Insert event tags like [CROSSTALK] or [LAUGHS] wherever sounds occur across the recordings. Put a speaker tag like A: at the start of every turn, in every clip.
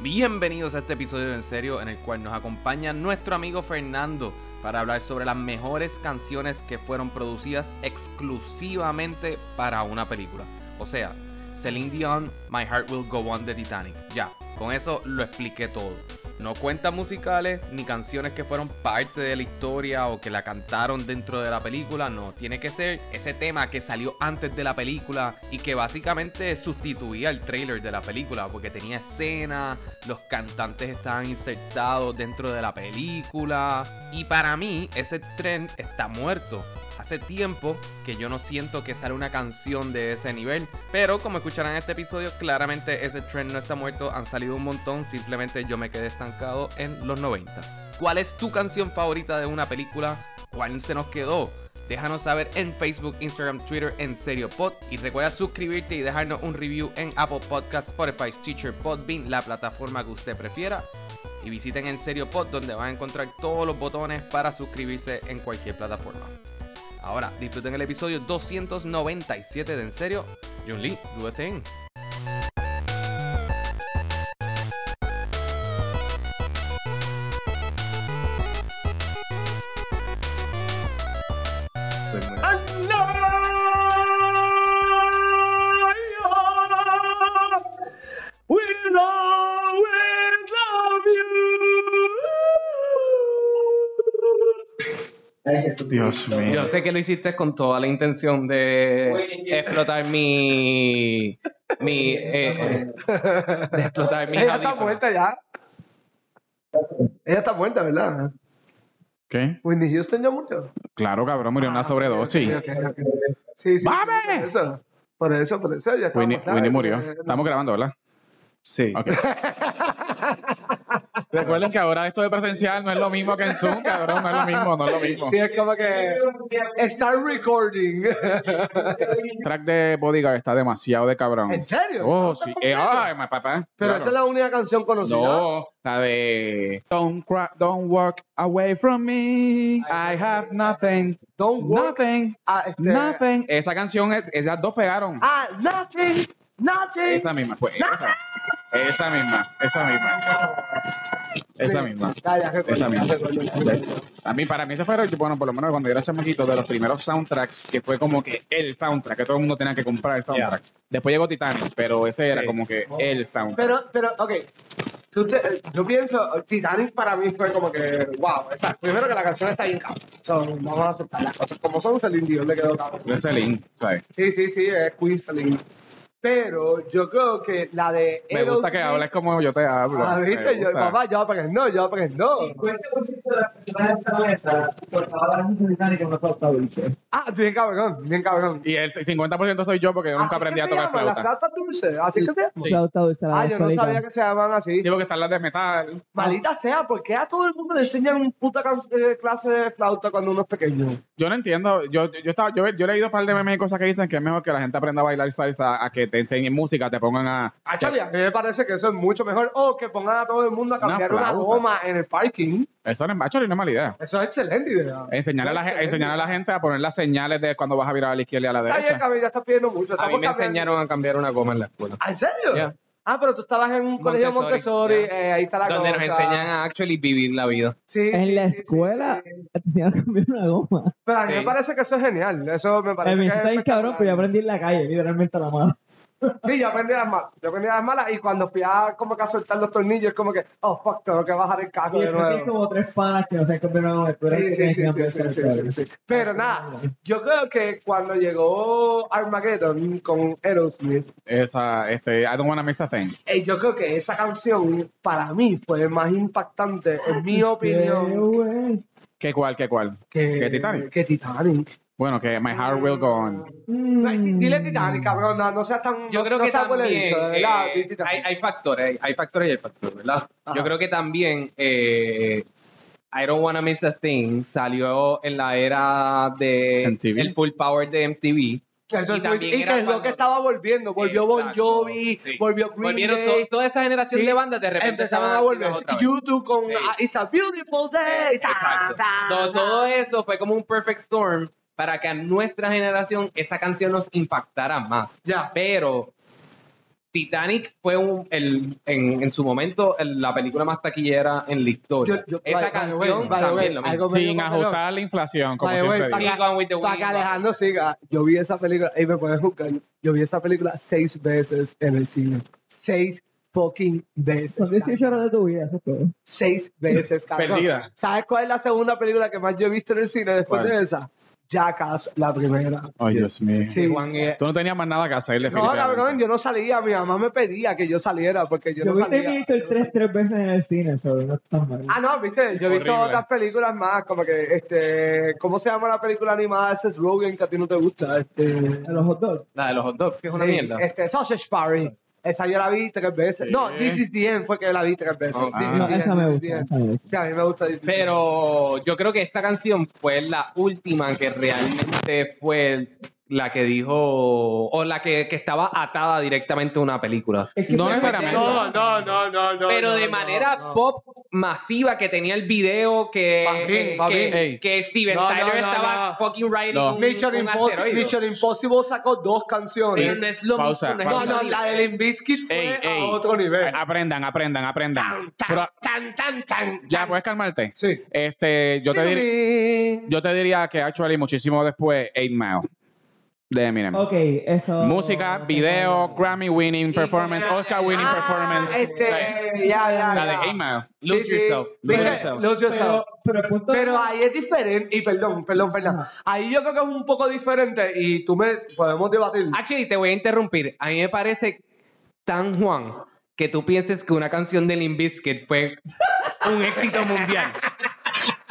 A: Bienvenidos a este episodio de en serio en el cual nos acompaña nuestro amigo Fernando para hablar sobre las mejores canciones que fueron producidas exclusivamente para una película. O sea, Celine Dion, My Heart Will Go On de Titanic. Ya, con eso lo expliqué todo. No cuentas musicales ni canciones que fueron parte de la historia o que la cantaron dentro de la película, no. Tiene que ser ese tema que salió antes de la película y que básicamente sustituía el trailer de la película porque tenía escenas, los cantantes estaban insertados dentro de la película. Y para mí, ese trend está muerto. Hace tiempo que yo no siento que sale una canción de ese nivel, pero como escucharán en este episodio, claramente ese trend no está muerto, han salido un montón, simplemente yo me quedé estancado en los 90. ¿Cuál es tu canción favorita de una película? ¿Cuál se nos quedó? Déjanos saber en Facebook, Instagram, Twitter, en serio pod. Y recuerda suscribirte y dejarnos un review en Apple Podcasts, Spotify, Teacher, Podbean, la plataforma que usted prefiera y visiten en serio pod donde van a encontrar todos los botones para suscribirse en cualquier plataforma. Ahora disfruten el episodio 297 de En serio, Jun Lee, do a thing.
B: We always love you.
C: Dios mío.
B: Eh,
A: Yo sé que lo hiciste con toda la intención de explotar mi. mi. eh, de explotar mi.
B: Ella está
A: jadito.
B: muerta ya. Ella está muerta, ¿verdad?
C: ¿Qué?
B: Whitney Houston ya murió.
C: Claro, cabrón, murió de una sobredosis.
B: Ah, Ok, ok, ok. Sí, sí.
C: ¡Mame!
B: sí, por eso, por eso, por eso. Ya está
C: Winnie,
B: muerta.
C: Winnie murió.
B: Eh,
C: Estamos grabando, ¿verdad?
D: Sí.
B: [LAUGHS]
C: Ok. Recuerden que ahora esto de presencial no es lo mismo que en Zoom, cabrón. No es lo mismo, no es lo mismo.
B: Sí, es como que. Start recording. [LAUGHS]
C: El track de Bodyguard está demasiado de cabrón.
B: ¿En serio?
C: Oh, sí. Eh, ay, my papá.
B: Pero
C: Claro.
B: esa es la única canción conocida.
C: No, la de Don't cry, don't walk away from me. I have nothing.
B: Don't walk.
C: Nothing.
B: Ah, este-
C: Nothing. Esa canción, es- esas dos pegaron.
B: Ah, nothing. Nothing.
C: Esa misma, pues. Esa, esa misma, esa misma. Esa misma.
B: Ah, ya recuerdo,
C: Esa
B: ya
C: misma.
B: recuerdo.
C: A mí, para mí, ese fue, bueno, por lo menos cuando yo era chamaquito, de los primeros soundtracks, que fue como que el soundtrack, que todo el mundo tenía que comprar el soundtrack. Después llegó Titanic, pero ese era como que el soundtrack.
B: Pero, pero, ok. Tú te- yo pienso, Titanic para mí fue como que, wow, está- primero que la canción está bien cabrón. So, vamos a aceptar las cosas como son, Celine Dion le quedó cabrón.
C: No es el in, ¿sabes?
B: Sí, sí, sí, es Queen Celine. Pero yo creo que la de...
C: Me gusta que
B: Aerosmith-
C: hables como yo te hablo.
B: Ah,
C: Me
B: viste, yo,
C: gusta.
B: papá, yo para que no, yo para que no. Ah, bien cabrón, bien cabrón.
C: Y el 50% soy yo porque yo
B: Así
C: nunca
B: es
C: aprendí
B: que
C: a
B: se
C: tocar
B: llaman, Las
C: flauta.
B: flautas dulces, así que se llaman.
C: Sí.
E: Flauta dulce, la
B: Ah, yo no
E: alcohólica.
B: sabía que se llamaban así.
C: Sí, porque están las de metal.
B: Maldita sea, ¿por qué a todo el mundo le enseñan un puta can- eh, clase de flauta cuando uno es pequeño?
C: Yo no entiendo. Yo, yo, estaba, yo, yo he leído un par de memes y cosas que dicen que es mejor que la gente aprenda a bailar salsa a que te enseñen música, te pongan a.
B: Ah, Charlie, a mí me parece que eso es mucho mejor. O que pongan a todo el mundo a
C: Una
B: cambiar una
C: flauta.
B: goma en el parking.
C: Eso no es macho, no es mala idea.
B: Eso es excelente idea.
C: Enseñar a, la,
B: Eso
C: ge-
B: es excelente.
C: enseñar a la gente a poner las señales de cuando vas a virar a la izquierda y a la
B: Está bien,
C: derecha.
B: Camila, estás pidiendo mucho.
D: A mí
B: Estamos
D: me
B: cambiando.
D: enseñaron a cambiar una goma en la escuela.
B: ¿Ah, ¿En serio?
D: Yeah.
B: Ah, pero tú estabas en un colegio
D: Montessori,
B: Montessori,
D: yeah.
B: eh, ahí está la
D: Donde nos
B: cosa.
D: enseñan a actually vivir la vida.
B: Sí, sí,
E: en la
B: sí, sí,
E: escuela
B: sí.
E: te enseñaron a cambiar una goma.
B: Pero a mí
D: Sí.
B: me parece que eso es genial. Eso me
E: Eh,
B: parece
E: me
B: que es
E: está bien cabrón, pero
B: espectacular.
E: yo aprendí en la calle, literalmente a la mano.
B: Ah, Sí, yo aprendí las malas. Yo aprendí las malas y cuando fui a como que a soltar los tornillos, es como que, oh, fuck, tengo que bajar el carro
E: Y
B: pues, de
E: después
B: nuevo.
E: tienes como tres panas que no saben cambiar una goma. pero
B: Sí,
E: ahora
B: sí,
E: tienes
B: sí,
E: que
B: sí, sí,
E: cambiar
B: sí,
E: otra
B: sí,
E: vez.
B: sí. Pero nada, yo creo que cuando llegó Armageddon con Aerosmith,
C: Esa, este, I don't wanna miss a thing.
B: eh, yo creo que esa canción para mí fue más impactante, en mi
E: Qué
B: opinión,
E: güey.
C: ¿Qué cuál, qué cuál?
B: que,
C: ¿Qué Titanic?
B: que Titanic.
C: Bueno, que My Heart Will Go On.
E: Mm.
B: Dile Titanic, cabrón, no, no seas tan...
D: Yo creo
B: no
D: que
B: seas huele
D: también
B: bicho, de
D: eh,
B: verdad, di Titanic.
D: hay, hay factores, hay factores y hay factores, ¿verdad?
B: Ajá.
D: Yo creo que también eh, I Don't Wanna Miss a Thing salió en la era de
C: MTV.
D: el full power de MTV.
B: Eso
D: y
B: es muy-
D: también
B: y
D: era
B: que es lo
D: cuando-
B: que estaba volviendo, volvió Bon
D: Exacto,
B: Jovi,
D: sí.
B: volvió Green
D: Volvieron
B: Day,
D: to- toda esa generación
B: Sí,
D: de bandas de repente
B: empezaron
D: estaban
B: a volver.
D: activas otra vez.
B: YouTube con
D: Sí.
B: ah, It's a Beautiful Day.
D: Eh,
B: ta,
D: Exacto.
B: ta,
D: Todo,
B: ta.
D: todo eso fue como un perfect storm para que a nuestra generación esa canción nos impactara más.
B: Ya.
D: Pero Titanic fue un, el, en, en su momento el- la película más taquillera en la historia.
B: Yo- yo- by-
D: Esa
B: by the
D: canción
B: way, by the
D: también
B: way,
D: lo mismo.
B: algo-
C: Sin ajustar la inflación, como
B: By the way,
C: siempre
B: para
C: digo.
B: acá-
D: Gone with the
B: para que
D: Wind.
B: Alejandro siga, yo vi esa película, y me puedes buscar, yo vi esa película seis veces en el cine. Seis fucking
E: Son
B: veces.
E: 18 horas de tu vida, eso es todo.
B: seis veces, cabrón.
C: Perdida.
B: ¿Sabes cuál es la segunda película que más yo he visto en el cine después
C: ¿Cuál?
B: de esa? Jackass, la primera.
C: Ay, Dios mío.
B: Sí.
D: Juan, eh,
C: Tú no tenías más nada que hacerle.
B: No, cabrón, yo no salía, mi mamá me pedía que yo saliera porque yo,
E: Yo
B: no
E: vi
B: salía.
E: Terminator 3 tres veces en el cine, eso no es tan mal.
B: Ah, no, viste, yo he visto
C: Horrible.
B: otras películas más, como que, este, ¿cómo se llama la película animada de Seth Rogen que a ti no te gusta? Este,
E: A los hot dogs.
D: la de los hot dogs, que es una
B: Sí,
D: mierda.
B: Este, Sausage Party. Esa yo la vi tres veces.
C: Sí.
B: No, This is the End fue que la vi tres veces.
D: Ah,
B: This is
E: no,
B: the End,
E: esa me
B: This is
E: gusta,
B: the End.
E: esa me gusta.
B: Sí, a mí me gusta. This is the End.
D: Pero yo creo que esta canción fue la última que realmente fue la que dijo, o la que, que estaba atada directamente a una película.
E: Es
C: No
E: fue-
C: necesariamente.
B: No, no, no, no, no.
D: Pero
B: no,
D: de
B: no,
D: manera
B: no.
D: pop masiva que tenía el video que, eh,
B: Pa' mí, pa'
D: que,
B: mí.
C: Ey.
D: que Steven
B: No, no,
D: Tyler
B: no,
D: estaba
B: no.
D: fucking riding
C: No.
D: un,
B: Mission,
D: un
B: Impossible,
D: asteroide.
B: Mission Impossible sacó dos
D: Pero
B: canciones.
D: no es lo
C: Pausa,
D: mismo, no es
B: No,
C: pausa.
D: lo
B: no,
D: mismo.
B: la de Limbiskit fue
C: Ey,
B: a
C: ey. Ah,
B: otro nivel.
C: Aprendan, aprendan, aprendan. Pero-
B: Tan, tan, tan.
C: ya, ¿puedes calmarte?
B: Sí.
C: Este, yo te, dir-
B: diría.
C: yo te diría que actually muchísimo después, 8 Mile de Eminem.
E: Ok, eso.
C: Música, video, Grammy winning performance, Oscar winning performance.
B: Este, ya, ya,
C: la de
B: ya.
C: 8 Mile.
D: Lose Yourself.
B: ¿Viste?
D: Lose Yourself.
B: Lose Yourself.
E: Pero, pero el punto
B: Pero ahí es diferente, y perdón, perdón, perdón. Ahí yo creo que es un poco diferente y tú me podemos debatir.
D: Actually, te voy a interrumpir. A mí me parece tan Juan que tú pienses que una canción de Limp Bizkit fue un éxito mundial.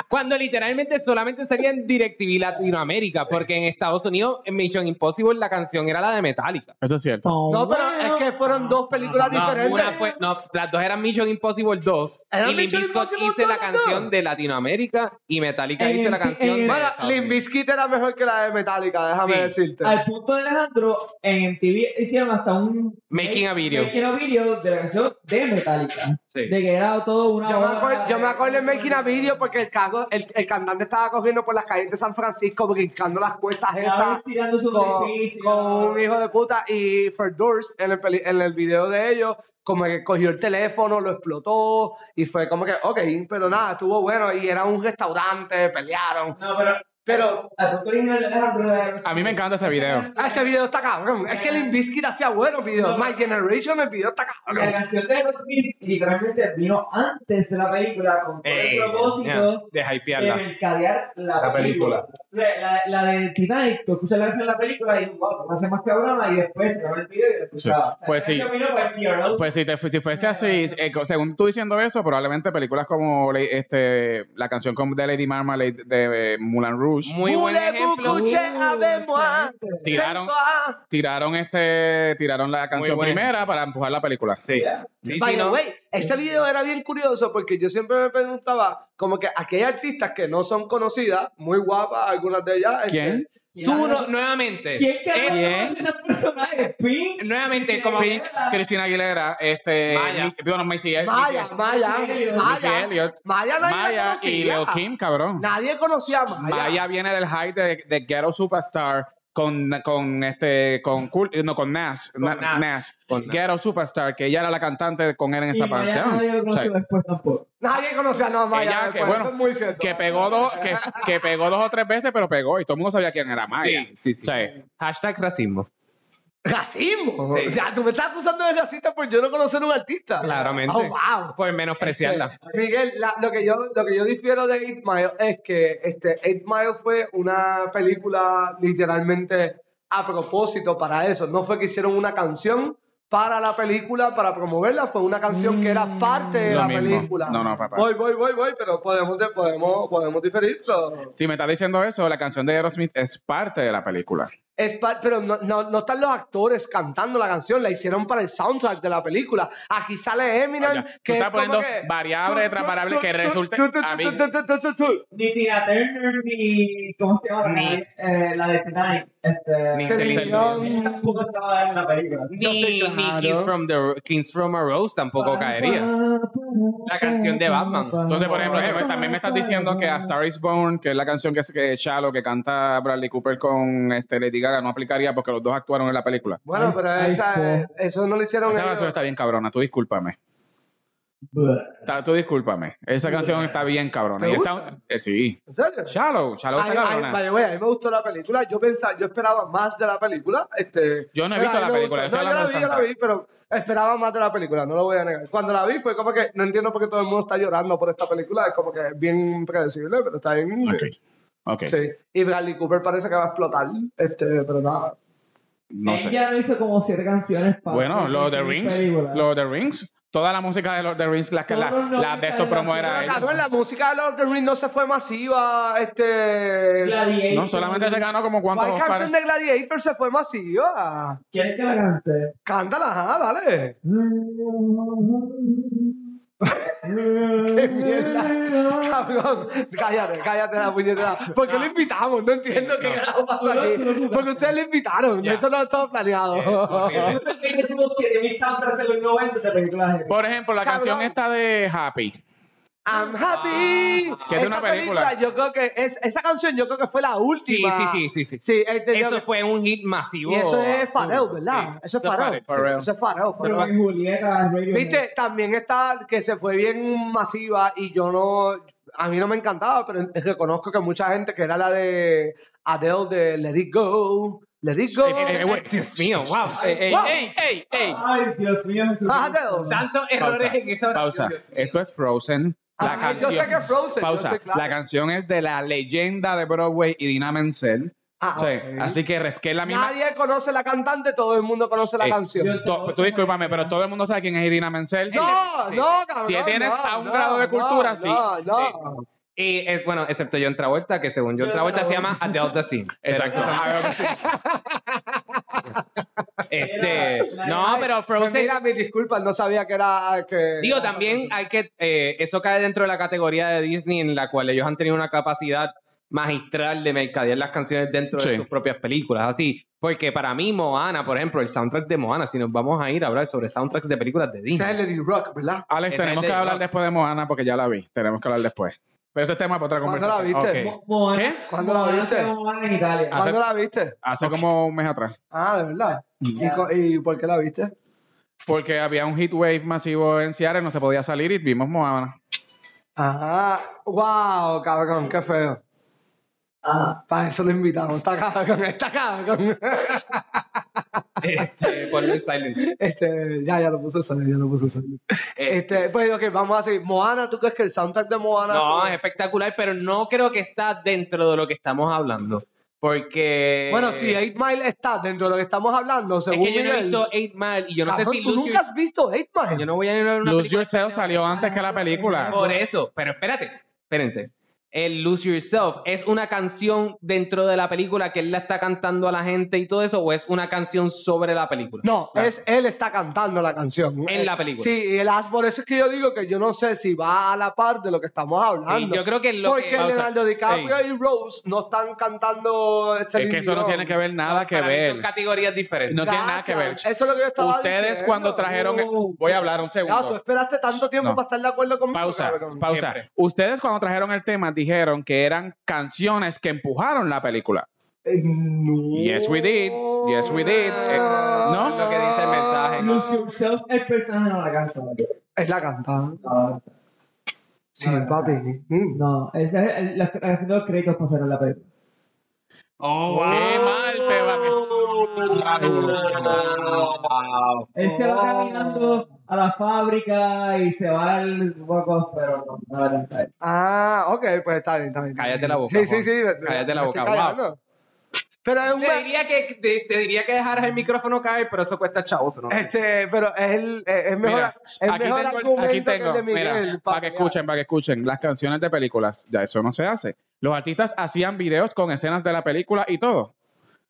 D: Cuando literalmente solamente salía en DirecTV Latinoamérica, porque en Estados Unidos, en Mission Impossible, la canción era la de Metallica.
C: Eso es cierto.
E: Oh,
B: No, pero
E: bueno.
B: es que fueron dos películas
D: No,
B: diferentes.
D: una fue- no, las dos eran Mission Impossible 2.
B: ¿Eran
D: Y Limp
B: Mission
D: Bizkit
B: Impossible
D: hizo
B: dos,
D: la
B: las dos?
D: canción de Latinoamérica y Metallica
E: En
D: hizo la
E: el- en
D: canción
E: el-
D: de.
B: Bueno,
D: Estados
B: Limp
D: Unidos.
B: Bizkit era mejor que la de Metallica, déjame
D: Sí.
B: decirte.
E: Al punto de Alejandro, en MTV hicieron hasta un.
D: Making a video.
E: Making a video de la canción de Metallica.
D: Sí.
E: De que era todo una.
B: Yo me,
E: hora
B: acuerdo, yo
E: de-
B: me acuerdo en Making a Video porque el, cago, el, el cantante estaba cogiendo por las calles de San Francisco brincando las cuestas esas
E: Cabros tirando sus
B: con,
E: edificios.
B: con un hijo de puta y Fred Durst en el, peli- en el video de ellos como que cogió el teléfono, lo explotó y fue como que, ok, pero nada, estuvo bueno y era un restaurante, pelearon.
E: No, pero.
B: Pero
E: Al punto original de Alejandro era-
C: A mí me encanta ese video.
B: ah, ese video está cabrón. Es que el Inviskid hacía buenos videos. My Generation, el video está
E: La
B: cabrón.
E: canción de Aerosmith literalmente vino antes de la película con todo
D: Eh,
E: el propósito
D: ya, de
E: de
D: hypearla.
E: mercadear la,
D: La película.
E: La, la, la de Titanic, tú escuchas la canción de la película y dices, wow, ¿cómo hace más cabrona? Y después se graba el video y la escuchaba.
C: Sí. Pues sí.
E: Camino para el TRL.
C: Pues si, te, fu- si fuese así, eh, co- según tú diciendo eso, probablemente películas como le- este, la canción con- de Lady Marmalade de eh, Moulin Rouge
D: Muy buen ejemplo.
B: Voulez-vous coucher avec moi?
C: Uh, Tiraron.
B: Sensual.
C: tiraron este tiraron la canción
D: buena.
C: primera para empujar la película.
D: Sí. Sí, sí,
B: By the
D: no.
B: way, ese video era bien curioso porque yo siempre me preguntaba, como que aquí hay artistas que no son conocidas, muy guapas, algunas de ellas. este,
C: ¿Quién?
D: Tú no- nuevamente.
E: ¿Quién
D: es-
E: carajo es ese personaje? ¿Pink?
D: Nuevamente, como
E: Pink.
C: Cristina Aguilera, este
D: Maya.
C: Mi- bueno, Maisie-
B: Maya,
C: Missy-
B: Maya,
E: Missy
B: Maya,
C: Elliott.
B: Maya, nadie la
C: Maya y
B: conocía.
C: Leo Kim, cabrón.
B: Nadie conocía a Maya.
C: Maya viene del hype de, de Ghetto Superstar con, con este con Kul- no con Nas, Na-
D: Nas.
C: Nas,
D: Con Nas.
C: Ghetto Superstar que ella era la cantante con él en
E: Y
C: esa
E: Mariana nadie
C: canción.
E: lo conoció
C: Sí.
E: después tampoco.
B: Nadie conocía no, a Maya.
C: Ella que
B: pues, eso
C: bueno
B: es muy cierto.
C: que pegó dos que, que pegó dos o tres veces pero pegó y todo el mundo sabía quién era Maya.
D: Sí, sí, sí.
C: Ah, Sí.
D: Hashtag racismo.
B: Racismo.
D: Sí.
B: O sea, tú me estás acusando de racista por yo no conocer un artista.
D: Claramente.
B: Oh, wow.
D: Por menospreciarla.
B: Este, Miguel, la- lo, que yo, lo que yo difiero de Eight Mile es que este, Eight Mile fue una película literalmente a propósito para eso. No fue que hicieron una canción para la película, para promoverla, fue una canción que era parte de
C: Mm, lo
B: la
C: mismo.
B: película.
C: No, no, papá.
B: Voy, voy, voy, voy, pero podemos, podemos, podemos diferir. pero-
C: Si me estás diciendo eso, la canción de Aerosmith es parte de la película.
B: Es pa- pero no, no- no están los actores cantando la canción, la hicieron para el soundtrack de la película. Aquí sale Eminem,
C: Oye, tú
B: que
C: estás
B: es como
C: poniendo
B: que-
C: variables
B: tú-
C: tras variables
B: tú-
C: que
B: tú-
C: resulten-
B: tú- tú-
C: a mí-
B: tú- tú- tú- tú- tú-
E: Ni Tina Turner, ni. ¿Cómo se llama? la- eh, la de Titanic. Este,
C: Ni
B: Celine
C: Celine
B: Dion.
E: Celine Dion tampoco estaba en la película.
D: Ni,
B: Claro.
D: ni Kings, from the, Kings from a Rose tampoco caería. La canción de Batman.
C: Entonces, por ejemplo, también- también me estás diciendo que A Star is Born, que es la canción que, que Shallow, que canta Bradley Cooper con este, Lady Gaga, no aplicaría porque los dos actuaron en la película.
B: Bueno, pero
E: Ay,
B: esa,
E: po.
B: eso no lo hicieron
C: Esa
B: ellos.
C: canción está bien cabrona, tú discúlpame. Ta- tú discúlpame. Esa canción está bien cabrona.
B: ¿Te
C: Y el
B: gusta?
C: sound- eh, sí.
B: ¿En serio?
C: Shallow, Shallow
B: Ay,
C: está
B: ay,
C: cabrona.
B: by the way, a mí me gustó la película. Yo pensaba, yo esperaba más de la película. Este,
C: Yo no he visto
B: pero a mí
C: la
B: me
C: película, yo
B: gustó.
C: estoy
B: No, yo la
C: hablando
B: vi,
C: de
B: yo la
C: Santa.
B: vi, pero esperaba más de la película, no lo voy a negar. Cuando la vi fue como que no entiendo por qué todo el mundo está llorando por esta película. Es como que es bien predecible, pero está bien.
C: Ok. Ok.
B: Sí. Y Bradley Cooper parece que va a explotar. Este, pero nada.
C: No sé.
E: Ella no hizo como siete canciones para.
C: Bueno, lo de Rings,
E: película.
C: lo de Rings, toda la música de los de Rings, las que
E: Todos
C: la,
E: los
C: la de
E: 90
C: estos promo
E: de
C: era
E: la
B: Pero
E: Ahí.
C: él.
B: cabrón, la música de Lord of the Rings no se fue masiva. Este.
E: Gladiator.
C: No, solamente se ganó como cuántos
B: ¿Cuál
C: Oscars.
B: canción de Gladiator se fue masiva?
E: ¿Quieres que la
C: [LAUGHS]
E: cante?
B: Cántala, ajá, dale.
E: ¡Qué
B: ¡Qué mierda! [LAUGHS] Cabrón, cállate, cállate la puñetera. ¿Por qué lo invitamos? No entiendo qué carajo pasa
E: Tú no- tú no
B: aquí.
E: jugaste.
B: Porque ustedes lo invitaron.
C: Ya.
B: Esto no estaba planeado.
E: que tuvo 7000 soundtracks en los 90 de películas.
C: Por ejemplo, la
B: Cabrón.
C: canción esta de Happy.
B: I'm happy.
C: Que es de una película.
B: yo creo que es, esa canción yo creo que fue la
D: Sí,
B: última.
D: sí, sí, sí, sí.
B: Sí, este, yo
D: Eso
B: creo-
D: fue un hit masivo.
B: Y eso es
D: absurdo.
B: Fareo, ¿verdad?
D: Sí,
B: Eso es Fareo.
C: Pharrell.
B: Eso es Fareo.
E: Pero en Julieta, Radiohead.
B: Viste, también está que se fue bien masiva y yo no. A mí no me encantaba, pero reconozco que mucha gente que era la de Adele de Let It Go, Let It Go.
D: Eh, eh, güey, Dios mío, wow. Eh,
C: Ey, ey,
B: Wow.
C: ey, ey, ey.
E: Ay, Dios mío, Jesús.
B: Ah, [LAUGHS] Adele.
D: Tantos errores en esa
C: Pausa.
D: oración.
C: Esto es Frozen. La
B: Ah, yo
C: canción.
B: sé que es Frozen, yo
C: Pausa.
B: sé, claro.
C: La canción es de la leyenda de Broadway y Dina Menzel.
B: Ah,
C: O sea,
B: ok.
C: Así que, re- que es la misma.
B: Nadie conoce la cantante, todo el mundo conoce la
C: Eh,
B: canción.
E: yo-
C: To- tú discúlpame, pero todo el mundo sabe quién es Idina Menzel.
B: No,
D: sí,
B: no,
D: sí.
B: cabrón.
C: Si tienes
B: no,
C: a un
B: no,
C: grado de
B: no,
C: cultura, sí,
B: No, no.
D: Y es, bueno, excepto John Travolta, que según John
E: John
D: Travolta se llama
E: Travolta.
D: Adele the Sin.
C: Exacto.
D: Este, no, pero
B: Pues
D: Frozen.
B: mira, mis disculpas, no sabía que era. ah, Que
D: Digo,
B: era esa
D: también
B: canción.
D: hay que. eh, eso cae dentro de la categoría de Disney en la cual ellos han tenido una capacidad magistral de mercadear las canciones dentro de
C: Sí.
D: sus propias películas. Así, porque para mí, Moana, por ejemplo, el soundtrack de Moana, si nos vamos a ir a hablar sobre soundtracks de películas de
B: Ese
D: Disney.
B: es Lady Rock, ¿verdad?
C: Alex,
D: Esa
C: tenemos
D: es
C: que
D: de-
C: hablar después de Moana porque ya la vi. Tenemos que hablar después. Pero ese es tema para otra
B: ¿Cuándo Ah, la
C: conversación.
B: viste?
C: Ok.
E: Mo- Moana-
C: ¿Qué?
B: ¿Cuándo la
E: Moana
B: viste?
E: se llama Moana en Italia.
C: Ah.
B: ¿Cuándo la viste?
C: Hace como un mes atrás.
B: Ah, de verdad.
D: Mm.
B: ¿Y,
E: Ya.
B: co- y por qué la viste?
C: Porque había un heat wave masivo en Seattle, no se podía salir y vimos Moana.
B: Ajá. Wow, Ah, cabrón, qué feo.
E: Ajá.
B: Para eso lo invitamos. Está cabrón, está cabrón. [LAUGHS]
D: Este, ponme silent.
B: Este, ya, ya lo puse salir, ya lo puse salir.
D: Eh.
B: Este, pues ok, vamos a seguir. Moana, ¿tú crees que el soundtrack de Moana?
D: No, es espectacular, pero no creo que está dentro de lo que estamos hablando. Porque.
B: Bueno, si 8 Mile está dentro de lo que estamos hablando,
D: Es
B: según
D: que yo no he
B: Miguel.
D: visto 8 Mile y yo no sé
B: Cabrón,
D: si
B: tú
D: Lucio-
B: nunca has visto 8 Mile.
D: Yo no voy a ir a una
C: Lose
D: película
C: Yourself salió antes que la película.
D: por eso, pero espérate, espérense. El Lose Yourself es una canción dentro de la película que él la está cantando a la gente y todo eso, o es una canción sobre la película.
B: No, es él está cantando la canción.
D: En
B: Eh,
D: la película.
B: Sí, y el as- por eso es que yo digo que yo no sé si va a la par de lo que estamos hablando.
D: Sí, yo creo que lo
B: Porque
D: que-
B: Leonardo
C: Pausa.
B: DiCaprio
C: Ey.
B: y Rose no están cantando este
C: Es que eso no tiene que ver nada que
D: Para mí son
C: ver.
D: categorías diferentes.
C: No tiene nada que ver.
B: Eso es lo que yo estaba diciendo.
C: Ustedes cuando trajeron...
E: No.
C: Voy a hablar un
B: Ya, tú
C: segundo.
B: esperaste tanto tiempo
C: No.
B: para estar de acuerdo conmigo.
C: Pausa,
B: cabrón.
C: pausa.
D: Siempre.
C: Ustedes cuando trajeron el tema dijeron que eran canciones que empujaron la película.
B: Eh, no.
C: Yes, we did. Yes, we did. Eh,
D: Ah,
C: ¿No?
D: Lo que dice el mensaje.
E: Lose Yourself, el personaje no la canta. No
B: Es la cantada.
E: la canta.
B: Sí,
E: Ah,
B: papi. Mm.
E: No, esa es el- la la canción de los créditos pasaron la película.
D: Oh,
C: ¡Qué mal te va!
E: Él se
B: Oh.
E: va caminando a la fábrica y se va al hueco, pero no, no la canta él.
B: Ah, ok, pues está bien, está bien.
D: Cállate la boca,
B: Sí, sí,
D: Juan.
B: sí.
D: Cállate la
B: me estoy
D: boca, guau.
B: callando. Pero es un.
D: Te diría que, te, te diría que dejaras el micrófono caer, pero eso cuesta chavos. ¿no?
B: Este, pero es, el, es es mejor,
C: Mira,
B: es
C: aquí
B: mejor
C: tengo,
B: argumento
C: aquí
B: que el
C: tengo
B: de Miguel.
C: mira,
B: papi,
C: para que
B: ya.
C: escuchen, para que escuchen, las canciones de películas, ya eso no se hace. Los artistas hacían videos con escenas de la película y todo.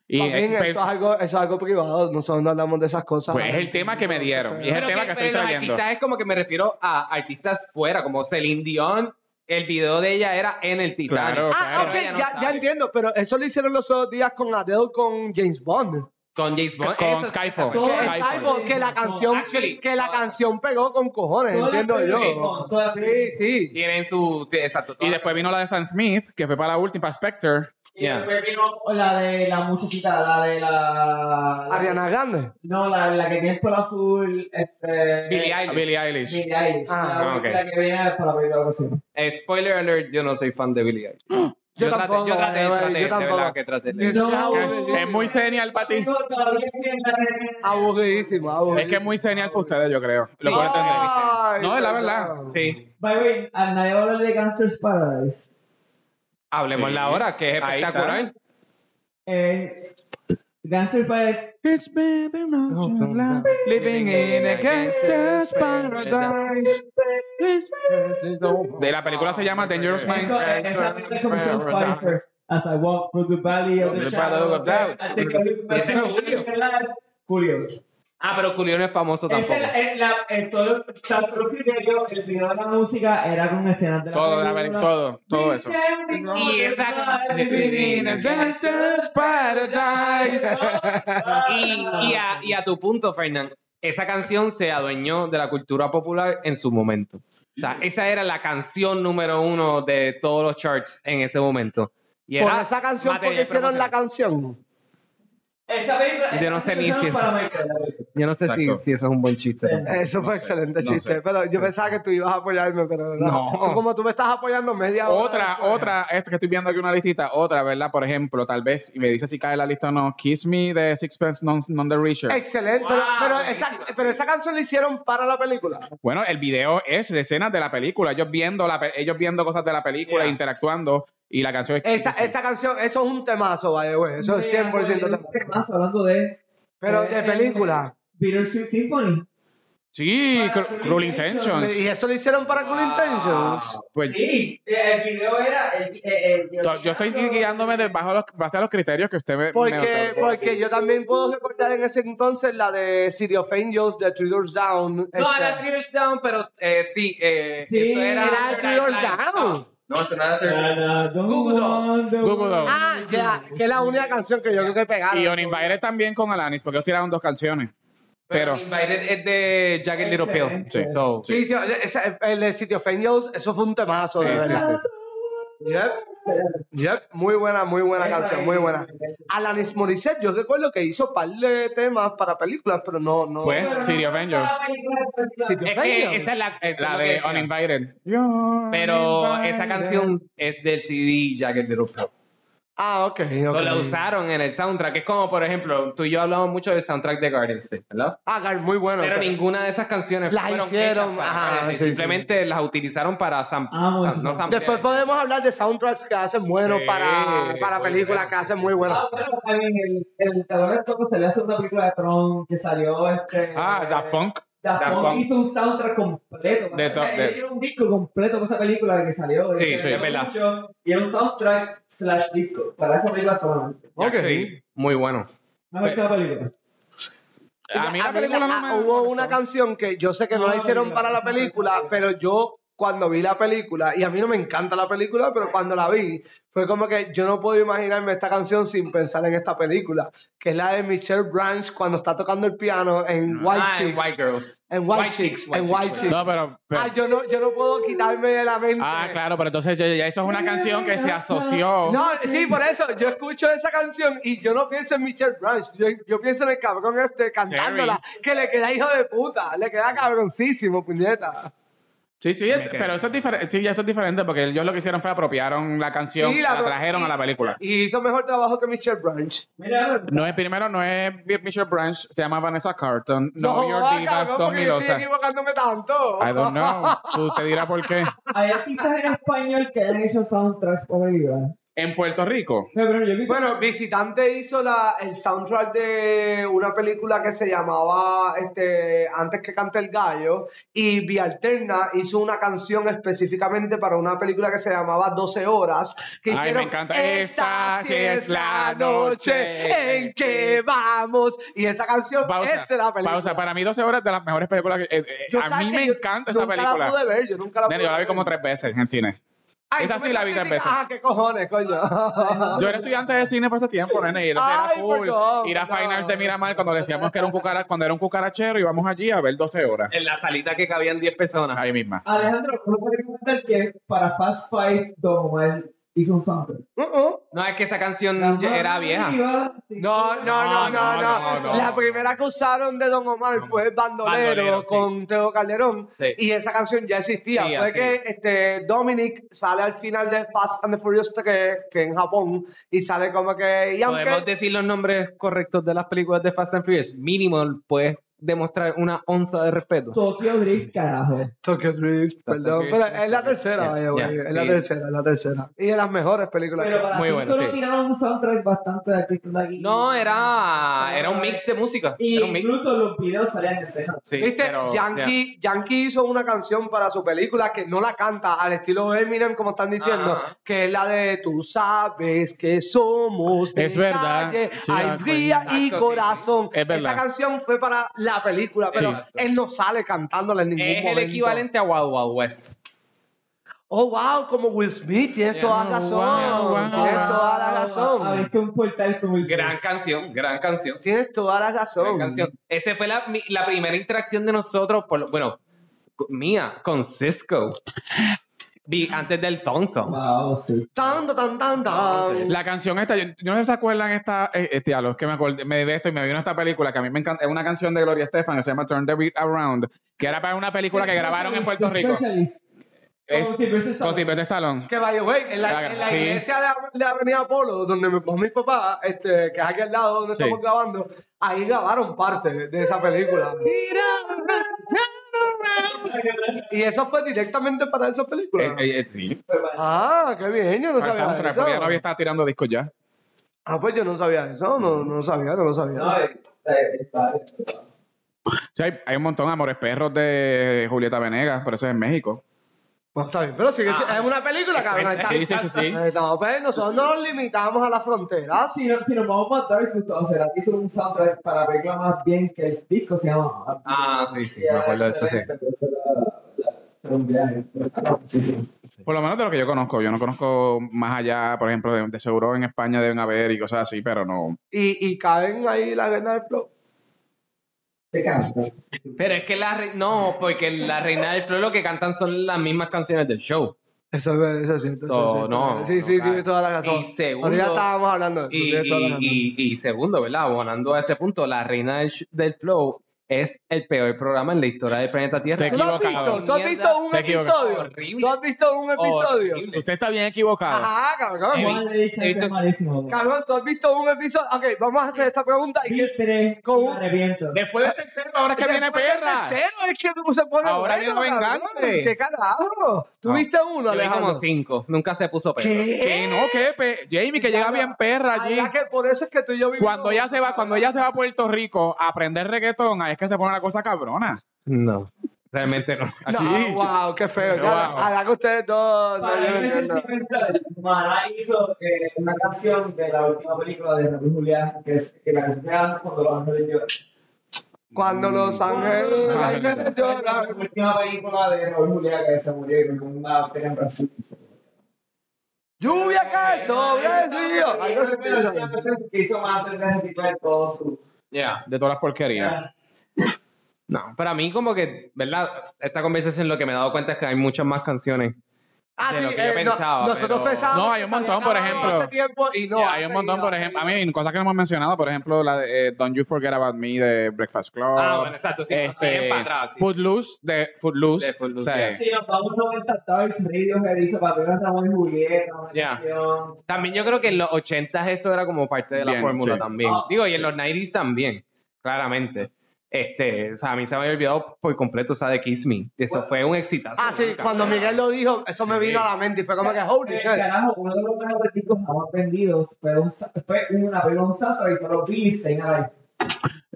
C: Y
B: También
C: eh,
B: eso, es algo, eso es algo privado, nosotros no hablamos de esas cosas.
C: pues es el tema que me dieron y es el
D: Pero
C: tema
D: que-
C: que estoy
D: pero los
C: trayendo.
D: artistas es como que me refiero a artistas fuera, como Celine Dion el video de ella era en el Titanic.
C: Claro.
B: Ah,
C: claro,
B: ok,
D: ella no
B: ya, ya
D: sabe.
B: entiendo, pero eso lo hicieron los otros días con Adele con James Bond.
D: Con James Bond.
C: Con
D: eso es-
C: Skyfall.
B: Que,
E: Todo
B: es
C: Skyfall.
B: algo que la canción,
D: actually,
B: que la canción pegó con cojones,
E: Todas las
B: entiendo
E: películas
B: yo.
E: son, todas las
B: Sí,
E: películas.
B: sí.
D: Tienen su. Exacto.
C: Y después vino la de Sam Smith, que fue para la última, para Spectre.
E: Y después vino la de la muchachita, la de la.
B: Ariana Grande.
E: No, la, la que tiene el pelo azul. Este,
D: Billie
C: A
D: Eilish.
C: Billie Eilish.
E: Billie Eilish.
B: Ah,
E: la,
D: ok.
E: la que viene para la película próxima.
D: Eh, spoiler alert, yo no soy fan de Billie Eilish. Yo, traté,
B: tampoco,
D: yo traté,
B: vale,
D: traté,
B: yo
D: de
B: tampoco.
D: verdad que traté.
B: Sí, sí,
E: No.
C: Es muy genial para ti.
E: No, todavía tiene la de-
B: Aburridísimo, aburridísimo.
C: Es que es muy genial para ustedes, yo creo.
D: Sí.
C: Lo puedo entender.
B: Ay,
C: No, es la verdad.
D: Sí,
E: By the way, a nadie va a hablar de Gangster's Paradise.
D: hablemos
C: Sí.
D: la hora, que es
C: Ahí está.
D: espectacular.
E: Eh, Gangster's Paradise.
C: It's been a long time living in a gangster's paradise. De la película se llama Dangerous Minds.
E: Esa esa película es como James Pfeiffer. As I walk through the valley of the
C: The
E: shadow of death, I take a look at
D: Ese es
E: myself
D: Julio.
E: in the light. Julio.
D: Ah, pero Julio no es famoso
E: Esa
D: tampoco.
E: es la- es la- en todo- tanto los criterios, el video de la música era con escenas de la
C: Todo, la
E: película.
C: peli- todo, todo eso.
E: Y
D: Y esa- [LAUGHS]
C: Living in a gangster's paradise.
D: Y, y a, y a tu punto, Fernán, esa canción se adueñó de la cultura popular en su momento. O sea, esa era la canción número uno de todos los charts en ese momento. Y
B: Con
D: era
B: esa canción fue que
D: material
B: hicieron la
D: promocional.
B: canción.
E: Esa película.
D: Yo no sé ni si
E: esa
D: es-
E: para Michael, la película.
D: Yo no sé si,
C: Exacto.
D: si eso es un buen chiste. tampoco.
B: Eso fue excelente
C: no
B: chiste,
C: sé.
B: pero yo pensaba que tú ibas a apoyarme, pero
D: No.
B: Tú, como tú me estás apoyando media hora.
C: Otra, otra, esta que estoy viendo aquí una listita, otra, ¿verdad? Por ejemplo, tal vez, y me dice si cae en la lista o no, Kiss Me de Sixpence None, None the Richer.
B: Excelente, pero, pero esa, pero esa canción la hicieron para la película.
C: Bueno, el video es de escenas de la película, ellos viendo, la, pe- ellos viendo cosas de la película,
D: Yeah.
C: interactuando, y la canción es
B: Esa,
C: Kiss Me.
B: esa canción, eso es un temazo, vaya, güey. Eso es 100% temazo.
E: ¿Qué más eh, hablando de.
B: Pero de
E: eh,
B: película.
E: Bittersweet Symphony.
C: Sí,
E: Para
C: Cru- Cruel Intentions.
B: Y eso lo hicieron para Cool Intentions.
C: Pues,
E: Sí, eh, el video era. El, eh, el- el-
C: yo estoy guiándome de bajo los, base a los criterios que usted me...
B: Porque,
C: me-
B: porque yo también puedo recordar en ese entonces la de City of Angels, de Three Doors Down.
D: No,
B: este,
D: era Three Doors Down, pero eh, sí, eh,
E: Sí,
D: eso era...
B: era Three Doors Down.
D: No, eso no era Three Doors Down.
E: And I don't
D: Google Dolls.
E: want the
C: Google Dolls.
E: world.
B: Ah, que, la- que es la única canción que yo creo que pegaron.
C: Y On Invited también con Alanis, porque ellos tiraron dos canciones. Pero,
D: Invited es de Jagged Little Pill.
E: Excelente.
C: Sí.
D: So,
B: Sí, sí, ese- el de City of Angels, eso fue un temazo, de
C: Sí, sí,
B: verdad.
C: sí.
B: Yep. Yep. Muy buena, muy buena
E: Esa
B: canción,
E: es-
B: muy buena. Alanis Morissette, yo recuerdo que hizo par de temas para películas, pero no, no.
C: Fue.
E: Pero no
C: City of
E: fue
C: Angels.
E: la película del festival.
B: City of
D: es que
B: Angels.
D: esa es la, eso es
C: la
D: lo que
C: de
D: decía.
C: On Invited. You're
D: Pero esa
C: uninvited.
D: canción es del CD Jagged Little Pill.
B: Ah, ok.
D: So,
B: ok.
D: la usaron en el soundtrack. Es como, por ejemplo, tú y yo hablamos mucho del soundtrack de Guardians, sí, ¿verdad?
B: Ah, Gar- muy bueno.
D: Pero
B: ok.
D: ninguna de esas canciones
B: Las
D: fueron
B: hicieron,
D: hechas para
B: ajá,
D: Guardians, sí,
B: sí, sí.
D: simplemente las utilizaron para sam,
B: Ah,
E: Amo
D: sam-
E: ese soundtrack.
D: no samplear.
B: Después podemos hablar de soundtracks que hacen buenos
D: Sí,
B: para, para
D: muy
B: películas
D: bueno,
B: que
D: sí,
B: hacen
D: sí,
B: muy
D: sí.
B: buenos.
E: Ah, bueno, también el, el cabrón de Coco salió a hacer una película de Tron que salió este.
C: Ah, Daft Punk.
E: Daft
C: Daft
E: Punk
C: Punk.
E: hizo un soundtrack completo.
C: De
E: o sea,
C: to-
E: él
C: de-
E: tiene un disco completo con esa película que salió.
D: Sí,
E: que
D: sí,
E: salió
D: es verdad.
E: mucho, Y era un soundtrack slash disco para esa película solamente.
D: Ok. Sí, Muy bueno.
E: No
C: Pues,
E: me la película.
C: A mí
B: A
C: la
B: mí
C: película
B: la-
C: no me...
B: ah, Hubo una canción que yo sé que no la
E: No,
B: hicieron
E: no,
B: para la
E: no, no,
B: película,
E: no.
B: pero yo cuando vi la película, y a mí no me encanta la película, pero cuando la vi, fue como que yo no puedo imaginarme esta canción sin pensar en esta película, que es la de Michelle Branch cuando está tocando el piano en White
D: Ah, en
B: Chicks.
D: White Girls.
B: En White, Chicks. En White Chicks.
C: No, pero... pero-
B: Ah, yo no, yo no puedo quitarme de la mente.
C: ah, claro, pero entonces ya, ya eso es una canción que se asoció...
B: No, sí, por eso yo escucho esa canción y yo no pienso en Michelle Branch, yo, yo pienso en el cabrón este cantándola, que le queda hijo de puta, le queda cabroncísimo, puñeta.
C: Sí, sí, es-
D: quedé.
C: pero eso es diferente, sí, ya eso es diferente porque ellos lo que hicieron fue apropiaron la canción
B: Sí,
C: y
B: la
C: la,
B: apro-
C: trajeron a la película.
B: Y hizo mejor trabajo que Michelle Branch.
E: Mira,
C: No es primero, no es Michelle Branch, se llama Vanessa Carlton. No, Your
B: jodas,
C: Divas
B: ah, cabrón, porque yo
C: 2012.
B: estoy equivocándome tanto.
C: eh. I don't know. Tú te dirás por qué.
E: hay artistas en español que hayan hecho soundtracks oh para películas.
C: En Puerto Rico.
E: No, pero yo he visto-
B: Bueno, Visitante hizo la, el soundtrack de una película que se llamaba este, Antes que cante el gallo y Vialterna hizo una canción específicamente para una película que se llamaba 12 horas que
C: Ay, me
B: hicieron,
C: encanta.
B: Esta sí es la noche en
C: en
B: que vamos y esa canción
C: Pausa.
B: es de la película.
C: Pausa. Para mí, 12 horas de las mejores películas que. eh, eh,
B: Yo
C: a
B: sabes
C: mí
B: que
C: me
B: yo
C: encanta esa
B: nunca
C: película.
B: la pude ver, yo nunca la pude
C: Nene, yo la vi
B: ver.
C: como tres veces en cine.
B: Ay,
C: Esa
B: tú
C: sí
B: me
C: la
B: estás
C: vi tres
B: criticando.
C: veces.
B: Ah, qué cojones, coño.
C: [LAUGHS]
B: [LAUGHS]
C: Yo era estudiante de cine por ese tiempo, nene, y entonces
B: Ay,
C: era
B: por
C: cool.
B: favor,
C: ir a
B: no.
C: Fine Arts de Miramar cuando le decíamos que era un cucara, cuando era un cucarachero, íbamos allí a ver 12 horas.
D: En la salita que cabían 10 personas.
C: Ahí misma.
E: Alejandro, ¿no puedes contar que para Fast Five Don Omar hizo un soundtrack?
B: Uh-uh.
D: No, es que esa canción ya era vieja.
B: No, no, no, no, no,
C: no, no,
B: La
C: no.
B: primera que usaron de Don Omar fue Bandolero,
D: Bandolero, sí.
B: con Teo Calderón
D: Sí.
B: y esa canción ya existía.
D: Sí,
B: fue
D: así.
B: que este, Dominic sale al final de Fast and the Furious que, que en Japón y sale como que... Y
D: Podemos
B: aunque,
D: decir los nombres correctos de las películas de Fast and Furious. Mínimo, puedes demostrar una onza de respeto.
E: Tokyo Drift, carajo.
B: Tokyo Drift, perdón,
D: Drift,
B: pero es la tercera,
D: Ya,
B: vaya, güey,
D: ya,
B: es la
D: sí.
B: tercera, es la tercera. Y de las mejores películas.
E: Pero
B: que-
E: para
D: Muy
E: Muy
D: bueno, sí.
E: tiraron un soundtrack bastante de artistas de aquí.
D: No, era, era un mix de música.
E: Y
D: Era un mix.
E: incluso los videos salían de escena.
C: Sí,
B: ¿Viste?
C: pero-
B: Yankee, Yankee hizo una canción para su película que no la canta al estilo Eminem, como están diciendo,
D: Ajá.
B: que es la de Tú sabes que somos de
C: Es verdad.
B: calle,
C: Sí, me
B: hay
C: acuerdo.
B: bría y
D: Exacto, sí,
B: corazón.
C: sí. Es verdad.
B: Esa canción fue para la película, pero
C: Sí.
B: él no sale cantándola en ningún
D: Es
B: momento.
D: el equivalente a Wild Wild West.
B: Oh, wow, como Will Smith, tienes
D: Yeah,
B: toda
D: no,
B: razón.
D: wow, wow,
B: tienes
E: Ah,
D: wow.
B: toda la razón.
E: Abriste un portal como el
D: Gran canción, gran canción.
B: Tienes toda la
D: Gran
B: razón.
D: canción. Esa fue la, mi- la primera interacción de nosotros, por, lo- bueno, co- mía, con Cisco. Vi antes del Thompson.
E: Wow, sí.
B: Tan, tan, tan, tan.
C: La canción esta, yo, yo no sé si se acuerdan esta, eh, este, a los que me acordé, me de esto y me vino esta película que a mí me encanta, es una canción de Gloria Estefan que se llama Turn the Beat Around, que era para una película que grabaron en Puerto Rico.
E: Specialist.
C: Es-
E: Con Sylvester Stallone.
C: Con Silvestre Stallone.
B: Que vaya, güey, en la,
C: Claro,
B: en la
C: sí.
B: iglesia de, de Avenida Apolo, donde me pongo mis papás, este, que es aquí al lado donde
C: Sí.
B: estamos grabando, ahí grabaron parte de esa película. Y eso fue directamente para esa película.
C: Eh, eh, eh, sí.
B: Ah, qué bien, yo no
C: Para el
B: sabía
C: soundtrack, porque ya no había
B: eso.
C: estado tirando discos ya.
B: Ah, pues yo no sabía eso, no, no sabía, no lo sabía.
E: No, eh, eh, está-
C: Sí, hay, hay un montón, Amores Perros de Julieta Venegas, por eso es en México.
B: Bueno, está bien, pero sí que sí, es una película, cabrón. ahí Está.
C: Sí, sí, sí, sí.
B: Ahí está, pues nosotros no nos limitamos a las fronteras.
E: Si, no- si nos vamos a matar, o sea, aquí hizo un soundtrack para verlo más bien que el disco se llama.
D: Ah, sí, sí.
C: me acuerdo de eso, sí.
E: Era un viaje. ah, Sí.
C: Por lo menos de lo que yo conozco. Yo no conozco más allá, por ejemplo, de, de seguro en España deben haber y cosas así, pero no.
B: Y, y caen ahí la arena del flow.
E: Te cansa.
D: Pero es que la re- no, porque la reina del pueblo lo que cantan son las mismas canciones del show.
B: Eso es verdad, eso es cierto. eso es
D: So,
B: cierto.
D: no,
B: sí,
D: no,
B: sí,
D: claro.
B: tienes toda la razón.
D: Y segundo-
B: Ahorita estábamos hablando de eso.
D: Y,
B: tienes toda la razón.
D: y- y- y segundo, ¿verdad? Abonando a ese punto, la reina del, sh- del flow es el peor programa en la historia del planeta Tierra.
C: Te
B: ¿Tú, lo has
C: equivocado.
B: visto? ¿Tú has visto un
C: Te equivocas.
B: episodio?
D: Horrible.
B: ¿Tú has visto un episodio?
D: Horrible.
C: Usted está bien equivocado.
B: Ajá, cabrón.
E: Juan le Ah, dice
D: esto-
E: es malísimo.
B: Cabrón, ¿tú has visto un episodio? Ok, vamos a hacer esta pregunta. Y
E: Vi
B: que...
E: tres,
B: con
E: me
B: un-
E: arrepiento.
C: Después del tercero, ahora es que viene
B: Después del
C: perra.
B: tercero es que tú se pone
C: Ahora
B: bueno,
C: viene
B: cabrón.
C: venganza.
B: ¿Qué carajo? ¿Tú
C: No.
B: viste uno,
D: Yo vi
B: Alejandro?
D: como cinco. Nunca se puso peor.
C: Que no, que pe- Jamie, que llega bien perra allí.
B: Allá que por eso es que tú y yo vivimos.
C: Cuando ella se va, cuando ella se va a Puerto Rico a aprender reggaetón, ahí es que se pone la cosa cabrona.
D: No, realmente
B: [LAUGHS]
D: no.
B: No,
C: Así.
B: wow, Ah, qué feo.
C: Wow.
B: Ya, allá que ustedes dos. no, yo
E: Para
B: no
E: mí es
B: entiendo.
E: sentimental. Maná hizo eh, una canción de la última película de Raúl Julián, que es que la canción se llama Cuando los ángeles lloran.
D: Mm.
B: Cuando los ángeles
C: Ángeles.
E: La
B: lloran.
E: última película de Raúl Julián que se murió y con una pena en Brasil.
B: Lluvia que sobre el río. Algo así que
E: Pero esa
B: dice.
E: canción que hizo más de reciclar todo su.
D: Yeah.
C: De todas las porquerías.
D: No, para mí como que, ¿verdad? Esta conversación lo que me he dado cuenta es que hay muchas más canciones.
B: Ah,
D: de
B: sí,
D: lo que yo
B: eh, no,
D: pensaba,
B: nosotros
D: pero-
B: pensábamos.
C: No, hay un
B: que se había
C: montón, por
B: acabado
C: ejemplo.
B: hace tiempo y no,
C: Yeah,
B: ha
C: hay un
B: seguido,
C: montón, por
B: ha
C: ejemplo, a
B: seguido.
C: mí, cosas que no hemos mencionado, por ejemplo, la de eh, Don't You Forget About Me de Breakfast Club.
D: Ah, bueno, exacto, sí,
C: este,
D: bien para atrás, sí.
C: Footloose de Footloose.
D: De Footloose,
C: o sea,
D: yeah.
E: Si nos vamos 90 Stars, Radio, que hizo Papelas Ramón y Julieta, una
D: Ya.
E: canción.
D: También yo creo que en los 80 eso era como parte de la
C: Bien,
D: fórmula
C: sí.
D: también.
E: Ah,
D: Digo, y en los 90s también, claramente. Este, o sea, a mí se me había olvidado por completo, o sea, de Kiss Me. Eso fue un exitazo.
B: Ah, sí,
D: nunca.
B: cuando Miguel lo dijo, eso me vino a la mente y fue como que, holy
E: Eh,
B: shit.
E: Carajo, uno de los mejores discos jamás vendidos fue, un, sa- fue una película, un soundtrack para los Beatles, Stay Alive.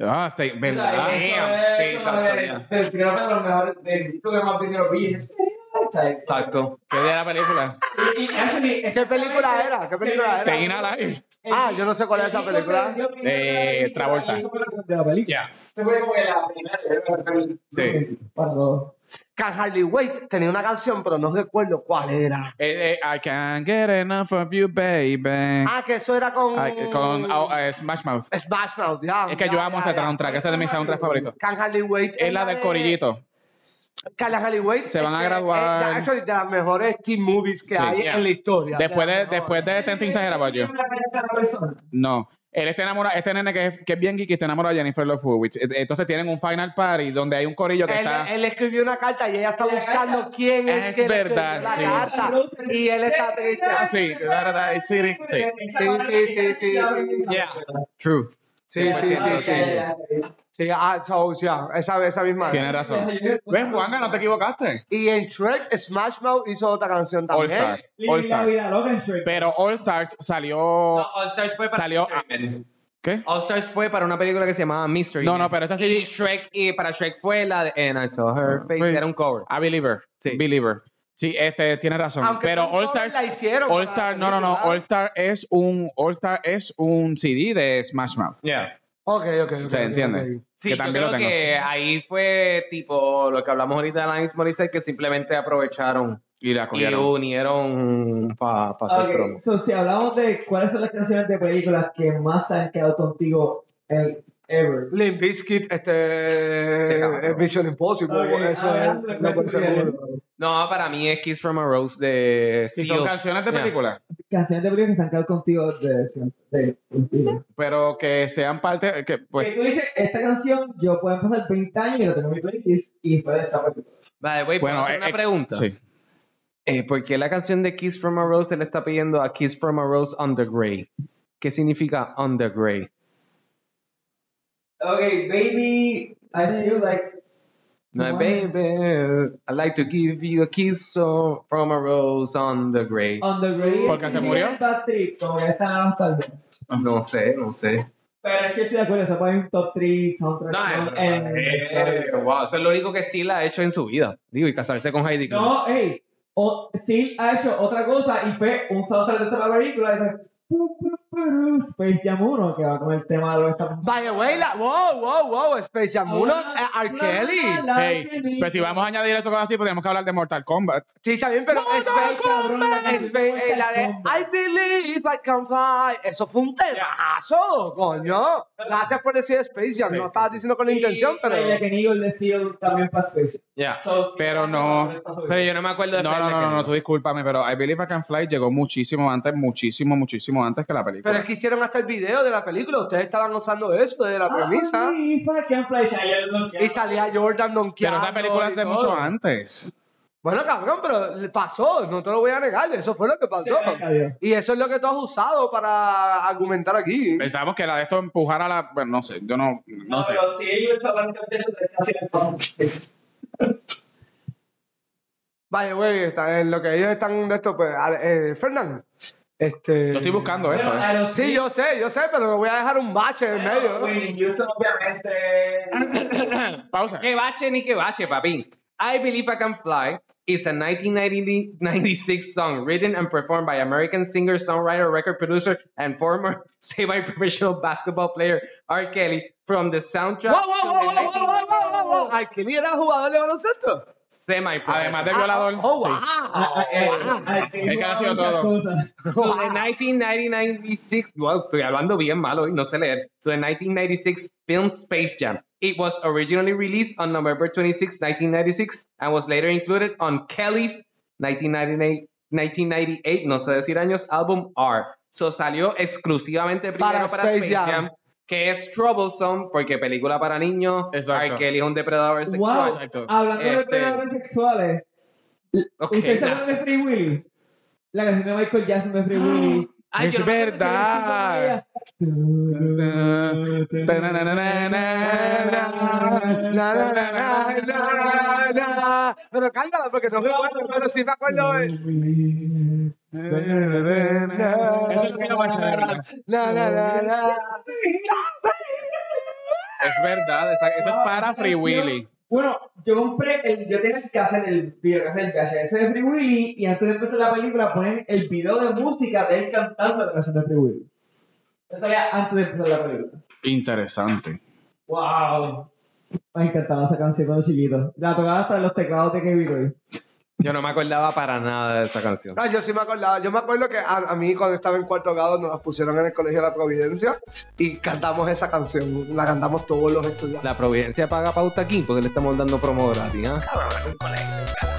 C: ah, está- ¿verdad?
E: Eso es,
D: damn.
E: eso
D: Sí,
E: es,
D: exacto, ya.
E: Del creo que de los mejores, del disco que más vendió los Beatles. Stay Alive, ¿sabes?
D: Exacto.
C: ¿Qué de la película?
E: Y- y actually,
B: ¿Qué película era? ¿Qué película era?
C: Staying Alive.
E: el-
B: Ah, yo no sé cuál es esa
E: el disco
B: película.
E: se vendió primero
C: De
E: en la película
C: Eh, Travolta.
E: y eso fue lo que vendió la película.
C: Yeah.
E: Se fue como que la primera.
C: Sí.
E: Para todos.
B: Can Harley Wait tenía una canción, pero no recuerdo cuál era.
C: Eh, eh, I can't get enough of you, baby.
B: Ah, que eso era con.
C: Ay, con oh, eh, Smash Mouth.
B: Smash Mouth, ya.
C: Es que
B: ya,
C: yo amo
B: ya,
C: ese
B: ya.
C: soundtrack, ese es de mis soundtracks favoritos.
B: Can Harley Wait.
C: Es la del
B: de-
C: corillito.
B: Can Harley Wait.
C: Se van a
B: es-
C: graduar.
B: eh, Es, actually, de las mejores teen movies que
C: Sí.
B: hay
C: Yeah.
B: en la historia.
C: Después
B: las
C: de,
B: mejores.
C: después de Ten Things pues, I Hate About You.
E: Una carita a la persona.
C: No. Él está enamorado, este nene que es, que es bien geek está enamorado de Jennifer Love Hewitt. Eh, Entonces tienen un final party donde hay un corillo que
B: Él,
C: está.
B: él escribió una carta y ella está
E: La
B: buscando
E: carta.
B: quién es,
C: Es
B: que le escribió
C: verdad,
B: la
C: sí.
B: carta. Y él está triste.
C: Ah, sí, la verdad, sí, sí.
B: Sí, sí, sí, sí, sí.
C: Yeah. True.
B: Sí, sí, sí, sí.
E: Ok,
B: sí.
E: ya, ya.
B: Sí, ah, so, yeah, esa, esa misma.
C: Tienes razón. ¿Ves, Juanga? No te equivocaste.
B: Y en Shrek, Smash Mouth hizo otra canción
C: All
B: también.
C: Star. All
E: Living la
C: Star.
E: vida loca en Shrek.
C: Pero All Stars salió.
D: All Stars fue para
C: salió. ¿Qué?
D: All Stars fue para una película que se llamaba Mystery.
C: No,
D: Man.
C: no, pero esa sí-
D: Y Shrek, y para Shrek fue la de And I Saw Her Face,
C: Face.
D: era un cover.
C: A Ah, Believer.
D: Sí.
C: Believer. Sí, este, tiene razón.
B: Aunque
C: pero
B: son
C: All
B: covers,
C: Stars.
B: la hicieron
C: All
B: para
C: Star,
B: la
C: no, no, no.
B: película.
C: All Star es un All Star es un CD de Smash Mouth.
D: Yeah.
B: Ok, ok, ok.
C: ¿Se
B: ok,
C: entiende?
B: ok.
D: Sí,
C: que
D: yo
C: también
D: creo
C: lo tengo.
D: que ahí fue tipo lo que hablamos ahorita de Alanis Morissette, que simplemente aprovecharon
C: Y la
D: y uh,
C: cogieron.
D: unieron para hacer
E: Ok,
D: promo.
E: so, si hablamos de cuáles son las canciones de películas que más se han quedado contigo en ever.
B: Limp Bizkit, este.
D: Este cabrón.
B: eh, Mission Impossible.
E: Ok,
B: eso es.
E: hablando de
B: no puede ser
E: películas.
B: seguro.
D: No, para mí es Kiss from a Rose de E
C: Y son
D: Seal.
C: canciones de
D: Yeah.
C: película,
E: Canciones de películas que se han quedado contigo de siempre. de- contigo.
C: pero que sean parte que
E: Que
C: pues
E: tú dices, esta canción yo puedo pasar 20 años y la tengo en mi playlist y fue de esta película.
D: Vale, güey, ¿puedo
C: bueno,
D: hacer
C: eh,
D: una
C: eh,
D: pregunta.
C: sí.
D: Eh, ¿Por qué la canción de Kiss from a Rose se le está pidiendo a Kiss from a Rose on the Grey? ¿Qué significa on the Grey?
E: Ok, baby, I feel like.
D: No,
E: Wow.
D: baby, I'd like to give you a kiss so- from a rose on the grave.
E: On the radio.
C: ¿Por qué se murió?
E: Top three, como que está en la nostalgia.
C: Ah.
D: No sé, no sé.
E: Pero es que estoy de acuerdo, se pone un top 3 soundtrack.
D: No, eso,
E: en-
D: eh, wow, eso es lo único que sí la ha hecho en su vida. Digo, y casarse con Heidi Klum.
E: No, hey, o, sí ha hecho otra cosa y fue un soundtrack de toda la película y fue pu, pu, pu, Space Jam 1 que va con el tema de lo que está
B: By the way, la, wow, wow, wow, Space Jam 1, eh, R. Kelly.
C: Hey, pero si vamos a añadir eso cosas así, podemos que hablar de Mortal Kombat.
B: Sí, está bien, pero. es
E: Ay, cabrón, la
B: es
E: canción
B: ve-
E: de
B: eh, la de
E: Mortal
B: I believe I can fly. Eso fue un temazo, coño. Gracias por decir Space Jam. No estabas diciendo con la intención, pero.
E: El que Eagle de Seal también para Space Jam.
D: Ya.
E: So, sí,
C: Pero
E: eso
C: no.
E: también está subido.
D: Pero yo no me acuerdo
C: No,
D: de
C: no, no,
D: Fred
C: no, no,
D: Mecklenburg. [COUGHS]
C: tú discúlpame, pero I Believe I Can Fly llegó muchísimo antes, muchísimo, muchísimo antes que la película.
B: Pero es que hicieron hasta el video de la película. Ustedes estaban usando eso de la
E: Ah,
B: premisa.
E: sí, para que en Fly Jam, yo no quiero.
B: Y salía Jordan
C: Pero
B: donkeando.
C: esa película es de
B: y todo.
C: mucho antes.
B: Bueno, cabrón, pero pasó. No te lo voy a negar. Eso fue lo que pasó.
E: Sí, cayó.
B: y eso es lo que tú has usado para argumentar aquí.
C: Pensábamos que la de esto empujara a la. Bueno, no sé, yo no, no
E: No,
C: sé.
E: pero sí, ellos hablan de eso, de casi el paso. Es-
B: Vaya, güey, está- en lo que ellos están de esto, pues, a- eh, Fernando. Este...
C: Yo estoy buscando
E: Bueno,
C: esto. ¿eh?
E: Aerosmith-
B: Sí, yo sé, yo sé, pero voy a dejar un bache en medio. ¿no?
E: Whitney Houston, obviamente.
C: Pausa.
D: Que bache ni que bache, papi. I Believe I Can Fly is a 1996 song written and performed by American singer, songwriter, record producer, and former [LAUGHS] semi-professional basketball player R. Kelly from the soundtrack
B: ¡Wow, wow,
D: to
B: wow,
D: the
B: wow, wow, wow, wow, wow, wow! Alquilí era jugador de baloncesto.
C: Además de
D: semi-professional
C: violador.
B: ¡Oh, wow!
C: sí.
E: Es
C: que ha sido todo.
D: To the 1996, wow, estoy hablando bien mal hoy, no sé leer. To the 1996 film Space Jam. It was originally released on November 26, 1996, and was later included on Kelly's 1998, 1998 no sé decir años, álbum R. So salió exclusivamente primero para, Space, Jam. que es Troublesome, porque película para niños.
C: Exacto.
D: R. Kelly es un depredador
E: Wow,
D: sexual.
C: Exacto.
E: hablando de
D: Este-
E: depredadores sexuales,
D: Ok,
E: ¿ustedes se
D: ya.
E: acuerdan de Free Willy? La canción de Michael Jackson de Free Willy.
D: Ay,
C: es
D: yo no me acuerdo si era
C: verdad.
B: Na, na, na, na, na, na. Pero cántala porque no recuerdo, pero sí me acuerdo. de-
C: Eso es lo que yo voy a
B: Mm.
C: echar.
B: Na, na, na, na.
C: Es verdad, esa- eso es para Free Willy.
E: Bueno, yo compré, el, yo tenía el cassette, el videocassette, el VHS de Free Willy, y antes de empezar la película ponen el video de música de él cantando la canción de Free Willy. Eso era antes de empezar la película.
C: Interesante.
E: Wow. Me encantaba esa canción cuando chiquito. La tocaba hasta en los teclados de Kevin Roy.
D: Yo no me acordaba para nada de esa canción.
B: Ah, yo sí me acordaba. Yo me acuerdo que a, a mí cuando estaba en cuarto grado nos las pusieron en el Colegio de la Providencia y cantamos esa canción. La cantamos todos los estudiantes.
D: La Providencia paga pauta aquí porque le estamos dando promo gratis, ¿ah?
B: Cabrón, en un colegio, cabrón.